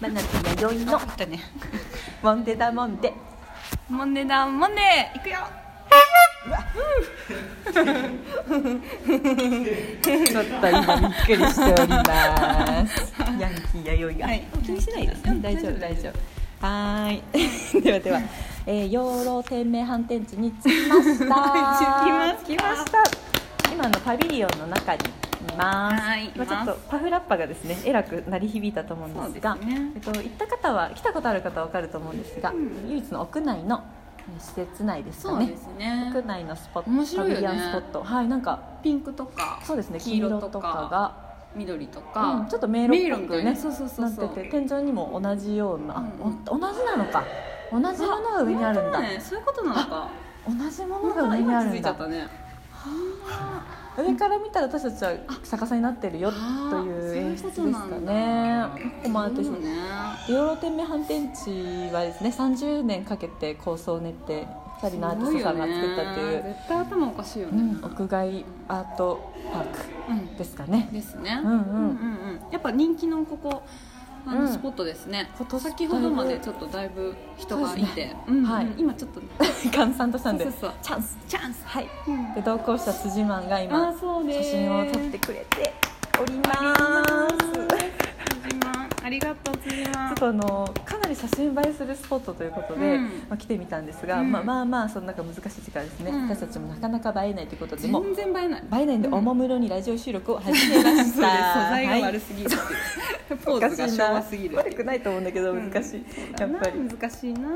マナティ弥生のだねモンデダモンデモンデだモンデいくよちょっと今びっくりしております ヤンキー弥生が、はい気にしないですね大丈夫大丈夫はーい ではでは、えー、養老天命反転地に 着きましたは着い着きましたきました今のパビリオンの中にいますはいまあ、ちょっいまとパフラッパがですねえらく鳴り響いたと思うんですがそうですねえっと、行った方は来たことある方は分かると思うんですが、うん唯一の屋内のえー施設内ですかねすね屋内のスポット面白いよねパビリオンスポットはいなんかピンクとかそうですね黄黄色色ととかか緑とが、うんかちょっと迷路っぽ迷路みくたいねなそうそうそうそうなってて天井にも同じような、あうんお同じなのか同じものが上にあるんだ、ねそういうことなのか同じも本の当がだ上にあ今るん気づいちゃだったね上から見たら私たちは逆さになってるよあーという演出ですそういうこかとねなんだここもあってそうね養老天命反転地はですね30年かけて構想を練って2人のアーティストさんが作ったとすごいうよね絶対頭おかしいようねん、屋外アートパークうんですかねですねうんうんうんうんやっぱ人気のここあうんのスポットですね今年先ほどまでちょっとだいぶ人がいそうですてうんうんはい今ちょっとね閑散としたんでそうそうそうチャンスチャンスはいうんで同行した辻マンがあ今ーそうね写真を撮ってくれておりますち辻満ありがとう辻ょ満っとあのかなり写真映えするスポットということで、うんまあ、来てみたんですが、うんまあ、まあまあそのなんか難しい時間ですね、うん私たちもなかなか映えないということでもう全然映えない映えないんでうんおもむろにラジオ収録を始めま そうでしすた素材が悪すすぎるっていうポーズが昭和すぎる悪くないと思うんだけど難しい、やっぱり難しいな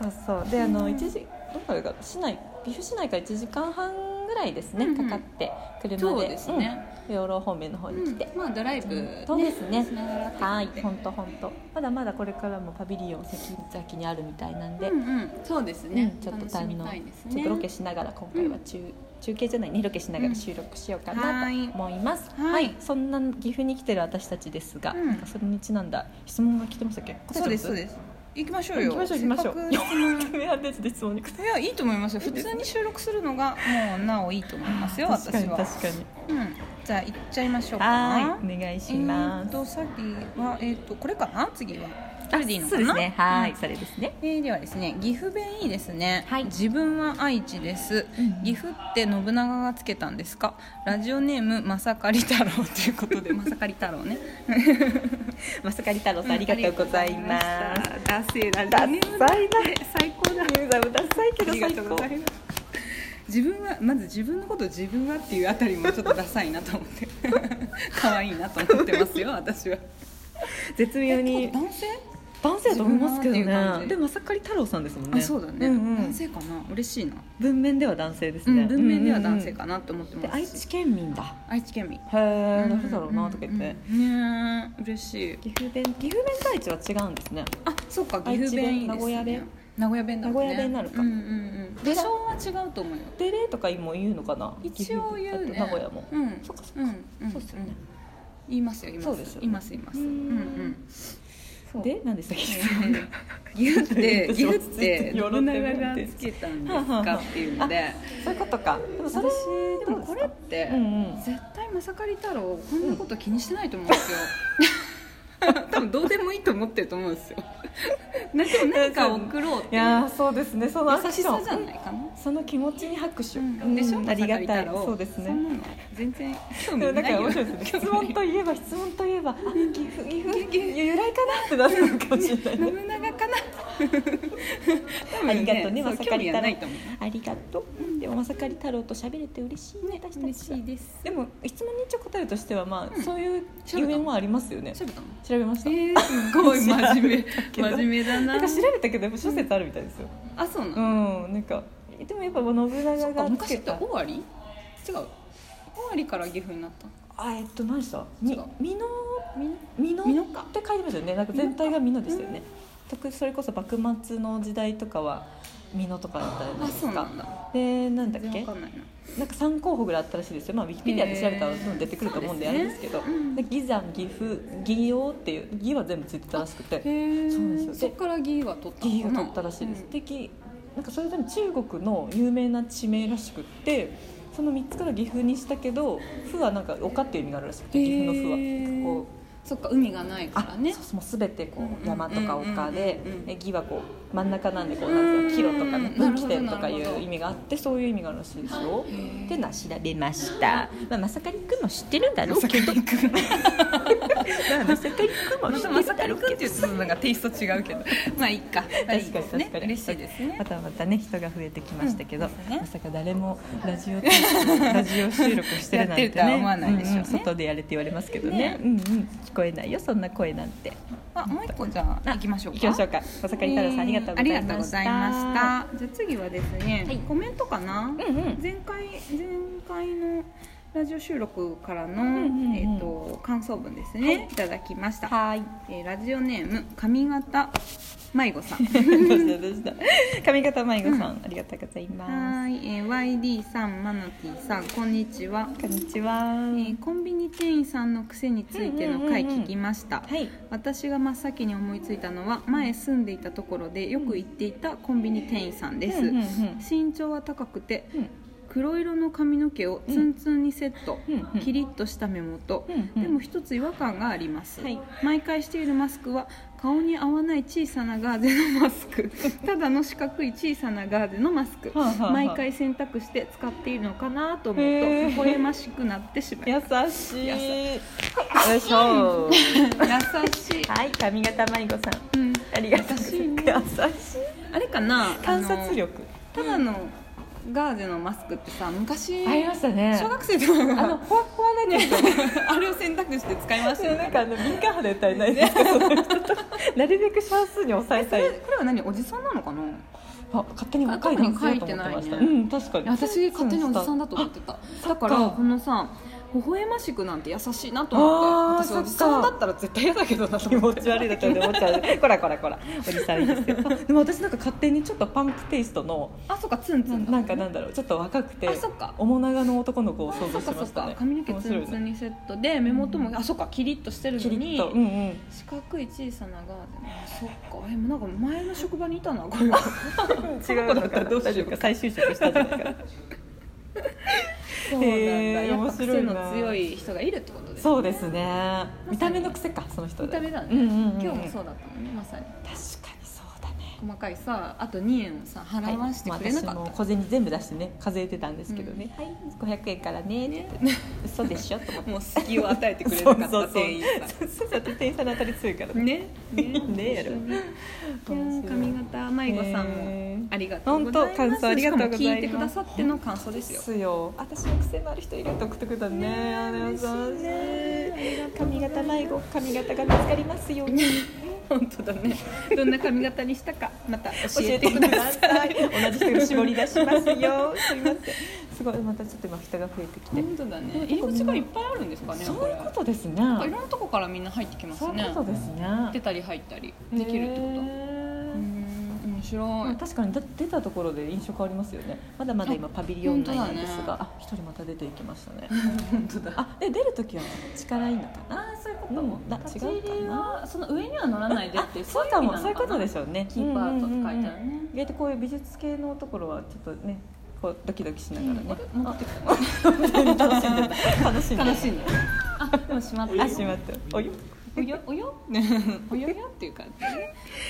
そうそうであの一時どこだか市内岐阜市内から1時間半ぐらいですね、うんうんかかって車でそうですねうん養老方面の方に来て、まあドライブそうですねしながらってはいことで本当本当まだまだこれからもパビリオン関崎にあるみたいなんで、うんうんそうですねうんちょっと楽堪しみ能、たいですねちょっとロケしながら今回は中,、中継じゃないねロケしながら収録しようかなうんはいと思います、はいそんな岐阜に来てる私たちですが、うんなんかそれにちなんだ質問が来てましたっけそうですそうですす行きましょうよ行きましょう行きましょうせっかく質問4目で質問に答えいやいいと思いますよ普通に収録するのがもうなおいいと思いますよ確か私には確かにうん、じゃあ行っちゃいましょうかは、ないお願いしえーまっす。とさっきはえーっとこれかな次はあれでいいのかそうなですね。はい、うんそれですね。えーではですね岐阜弁いいですね、はい自分は愛知です、うん岐阜って信長がつけたんですかラジオネームまさかり太郎というこ とでまさかり太郎ねマスカリ太郎さん、ありがとうございます。ダセーなダサいなね最高ユだーザーもダサいけあどりが最とうご高ざ。います自分はまず自分のことを自分はっていうあたりもちょっとダサいなと思って 可愛いなと思ってますよ私は絶妙に男性、男性だと思いますけど自分はっていう感ね。じでマサカリ太郎さんですもんね。あそうだね、んうん男性かな嬉しいな、文面では男性でうすね。ん、文面では男性うんかなって思ってうんうん。でます愛知県民だ。愛知県民へえ、なるだろうなとか言って。うんうんねえ嬉しい岐阜弁岐阜弁と愛知は違うんですね。あそうか岐阜弁いいですね愛知弁名古屋弁名古屋名古屋弁だもんね弁になるかうんうんうんで多少は違うと思うよデレとかも言うのかな。一応言う岐ね阜だと名古屋も。うんそっかそっかうんうんそうですよね言いますよ言いますそうですよねいますいますううんん うんで、何でしたっけえ質問がーギ ュってギュってよろ信てる長がつけたんですかっていう のでそういうことか。でもそれ私でもこれっうてんうん。絶対まさかり太郎こんなこと気にしてないと思う んですよ多分どうでもいいと思ってると思うん ですよなんか何かを送ろうっていいうやーそうですねそのアク優しシさョンじゃないかなその気持ちに拍手、うんでしょ、うんありがたいまさかり太郎そうですそんねなの全然興でも な味んないかよ面白いです ね質問といえば質問といえばあ岐阜岐阜岐阜由来かなってなるのかもしれないね信長かなありがとうねまさかり太郎多そう興味はないと思うありがとうでもまさかり太郎と喋れて嬉しいね私たちは嬉しいですでも質問に一応答えとしてはまあ、うんそういう調べたゆえんはありますよね調べたの調べました、えー、すごい真 面目真面目だなんなか調べたけどやっぱ諸説あるみたいですよあそううなの、ん、なんかでもやっぱ信そ長っかがつ昔けってた尾張違う尾張から岐阜になったのあえっと何でしたみ違う美濃みんな美濃美濃かって書いてましたよねなんか全体が美濃でしたよね特それこそ幕末の時代とかは美濃とかだったじゃないあですそうなかんだでなんだっ全け然わかんないななんか3候補ぐらいあったらしいですよまあウィキペディアで調べたらへーどんどん出てくると思うんでそあうですれねですけどうんで岐山岐阜岐陽っていう岐は全部ついてたらしくてへえそうですよそっから岐は取ったの岐をかな取ったらしいです、で岐なんかそれでも中国の有名な地名らしくってその3つから岐阜にしたけど「府はなんか丘っていう意味があるらしくて岐阜の「府はへーこうそっか海がないからねそうそうもうすべてこうんうんうんうんう山とか丘でうんうんうんえ義はこう真ん中なんでこううんなんていうのキロとかねなる分ほど岐点とかいなるほどう意味があってそういう意味があるらしいですよへーっていうのは調べました、まあ、まさかりくんも知ってるんだろうけどまあ まさかりくんも知ってまるんさかだりろうくんけっていうどとなんかテイスト違う けどまあいいか確かに確かに嬉しいですねまたまたね人が増えてきましたけど、うんですねまさか誰もラジオラジオ収録してるなんてやってるねとは思わないでしょううねんうん外でやれって言われますけどねねうんうん聞こえないよそんな声なんてあもう一個じゃあ行きましょう行かきましょうかまさかり太郎さん、えーありがとうございましたありがとうございましたじゃあ次はですね、はいコメントかな、うんうん 前回前回のラジオ収録からの、んうんうんえー、と感想文ですね、はいい、ただきました、はーいえーラジオネーム上方迷子さんどうしたどうした髪型迷子さん、ありがとうございまはい、えー、YD さんマナティさんこんにちは、すこんにちは、えーコンビニ店員さんの癖についての回聞きました、はい私が真っ先に思いついたのは前住んでいたところでよく行っていたコンビニ店員さんです、うんうん身長は高くてうん黒色の髪の毛をツンツンにセット、うんうんキリッとした目元、うんうんでも一つ違和感があります、はい毎回しているマスクは顔に合わない小さなガーゼのマス クただの四角い小さなガーゼのマスクはあはあはあ毎回洗濯して使っているのかなと思うとへ微ー笑ましくなってしまい優ますしいよいしょ優しい、はい髪型迷子さんうん、ありがとうございます優しいあれかな観察あの力ただのガーゼのマスクってさ昔ありましたね小学生とかがあのほわほわなやつ あれを選択して使いましたよなねんかあの敏感肌歌えないですけどなるべくシャー数に抑えこたいれこれは何おじさんなのかなあ勝手に若い男性だと思ってました、あ特に書いてないねうん確かに私勝手におじさんだだと思ってたそだっかからこのさ微笑ましくなんて優しいなと思あっーて私そっかおじさんだったら絶対嫌だけどなと気思っ持てち悪いだと思っちゃう こらこらこらおじさんいいですよ でも私なんか勝手にちょっとパンクテイストのあそっかツンツンだなんかなんだろうちょっと若くてあそっかおもながの男の子をあ想そ像っしてかそまっしたかね髪の毛ツン面ツ白いンねにセットで目元もあそっかキリッとしてるキのリッにとうんうん四角い小さなガーデンあそっかでもなんか前の職場にいたなこれは違うだったらどうしようか再就職したじゃ ないかそうなんだへーやっぱ癖面白いのな強い人がいるってことですねそうですね見た目の癖かその人見でた目だね、うんうんうん、今日もそううだったもんねまさに確かにそうだね細かいさあと2円をさ払わしてくれなかはいっもた、う私も小銭全部出してね数えてたんですけどね、はい500円からねって言って嘘でしょ と思ってもう隙を与えてくれなかっそたうそうそう店員さそうそうそう店員さんの当たり強いからんねねねやろいやー髪型迷子さんねもーありがとうございます本当感想ありがとうございますしかも聞いてくださっての感想でです よすよ私の癖のある人いるって送ってくれたねねあれ嬉しい優しいね髪型迷子髪型が見つかりますように本当だねどんな髪型にしたかまた教教ええててくくだださいさ い。同じ人が絞り出しますよ。すみません。すごいまたちょっと今人が増えてきて。本当だね入り口がいっぱいあるんですかねそういうこれとですね。なんかいろんなとこからみんな入ってきますそういねうことです出ね。たり入ったりできるってこと、へーうん面白まあい確かにだ出たところで印象変わりますよね。まだまだ今パビリオン内なんですが、あ一、人また出ていきましたね。本当だあで出るときは力いいのかな。ああそういうこうんと、だ立ち入りはその上には乗らないでってそういか意味もなのそういうことでかしょうね。キーパーとって書いてあるねうんうんうん意外とこういう美術系のところはちょっとね、こうドキドキしなながうんあれ戻らっねてきた。楽しんでた楽しんで悲しいねあでもしまったあしまったおよおよお よおよよっていう感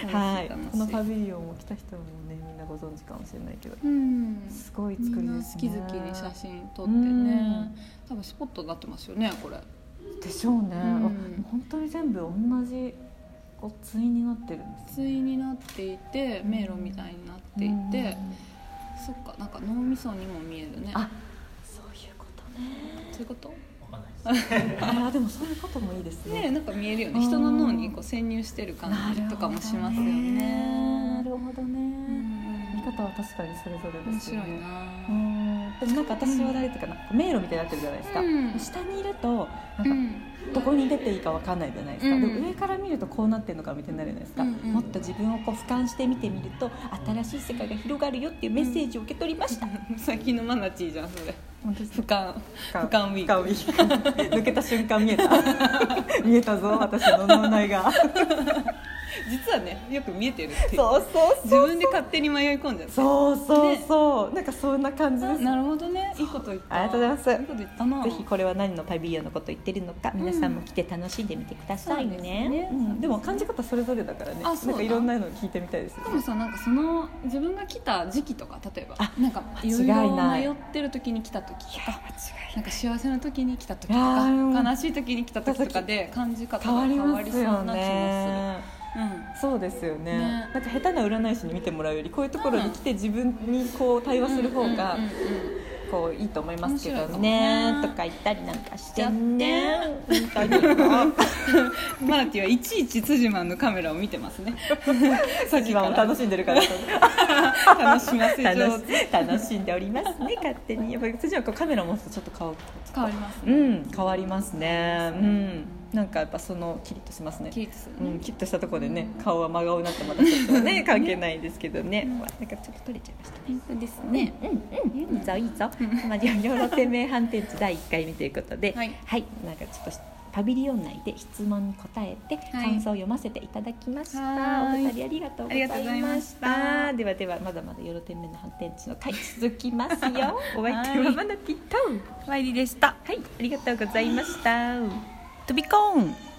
じねはい楽しこのパ楽しビリオンも来た人もねみんなご存知かもしれないけどうんすごいみ作りんでなす好ねき好きに写真撮ってね多分スポットになってますよねこれでしょうね、ん本当に全部同じこう対になってるんですね対になっていて迷路みたいになっていてうんそっかなんか脳みそにも見えるねあそういうことねそういうことあーでもそういうこともいいですねねなんか見えるよねうん人の脳にこう潜入してる感じとかもしますよなねるほどね、うんうん見方は確かにそれぞれ面です白いよなねうんでもなんか私は誰とかな迷路みたいになってるじゃないですか、うん下にいるとなうんかんどこに出ていいかわかんないじゃないですか、うんでも上から見るとこうなってるのかみたいになるじゃないですか、うんうんもっと自分をこう俯瞰して見てみると新しい世界が広がるよっていうメッセージを受け取りました、 最近のマナティーじゃんそれ本当です俯瞰俯瞰ウィーク俯瞰ウィ ーク抜けた瞬間見えた見えたぞ私の脳内が実はねよく見えてるっていうそうそう自そう分で勝手に迷い込んじゃってそうそうそう、なんかそんな感じですなるほどねいいこと言ったありがとうございますいいこと言ったなぜひこれは何のパビリオンのこと言ってるのか、ん皆さんも来て楽しんでみてくださいそうですねねうんでも感じ方それぞれだからねあそなうだんかいろんなの聞いてみたいですよでねもさなんかその自分が来た時期とか例えばあなんか間い違ろいいないろ迷ってる時に来た時とかなんか幸せな時に来た時といやかー悲しい時に来た時とかで感じ方変がわり変わまりすそうよな気がねする、うん、そうですよねねなんか下手な占い師に見てもらうよりこういうところに来て自分にこう対話する方がうんうんうんうんこういいと思いますけど面白いかもねねとか言ったりなんかしてね本当 にマナティはいちいち辻マンのカメラを見てま すね一番を 楽しんでるから楽しませ上楽手し楽しんでおりますね勝手にやっぱり辻はこうカメラ持つとちょっと顔変わりますうねん変わりますねうんなんかやっぱそのキリッとしますねキリッとするうねん、キリッとしたところでね顔は真顔になってまたちょっとね関係ないんですけどね、ほらなんかちょっと取れちゃいました本当ですねうんうんいいぞいいぞ、まあ、両路天命判定地第1回目ということで、はいなんかちょっとパビリオン内で質問に答えては感い想を読ませていただきました、はおい二人ありがとうございまありがとうございしたましたではではまだまだ両路天命の判定地の回続きますよお相手ははいマナティとワイリでしたはいありがとうございました飛びコーン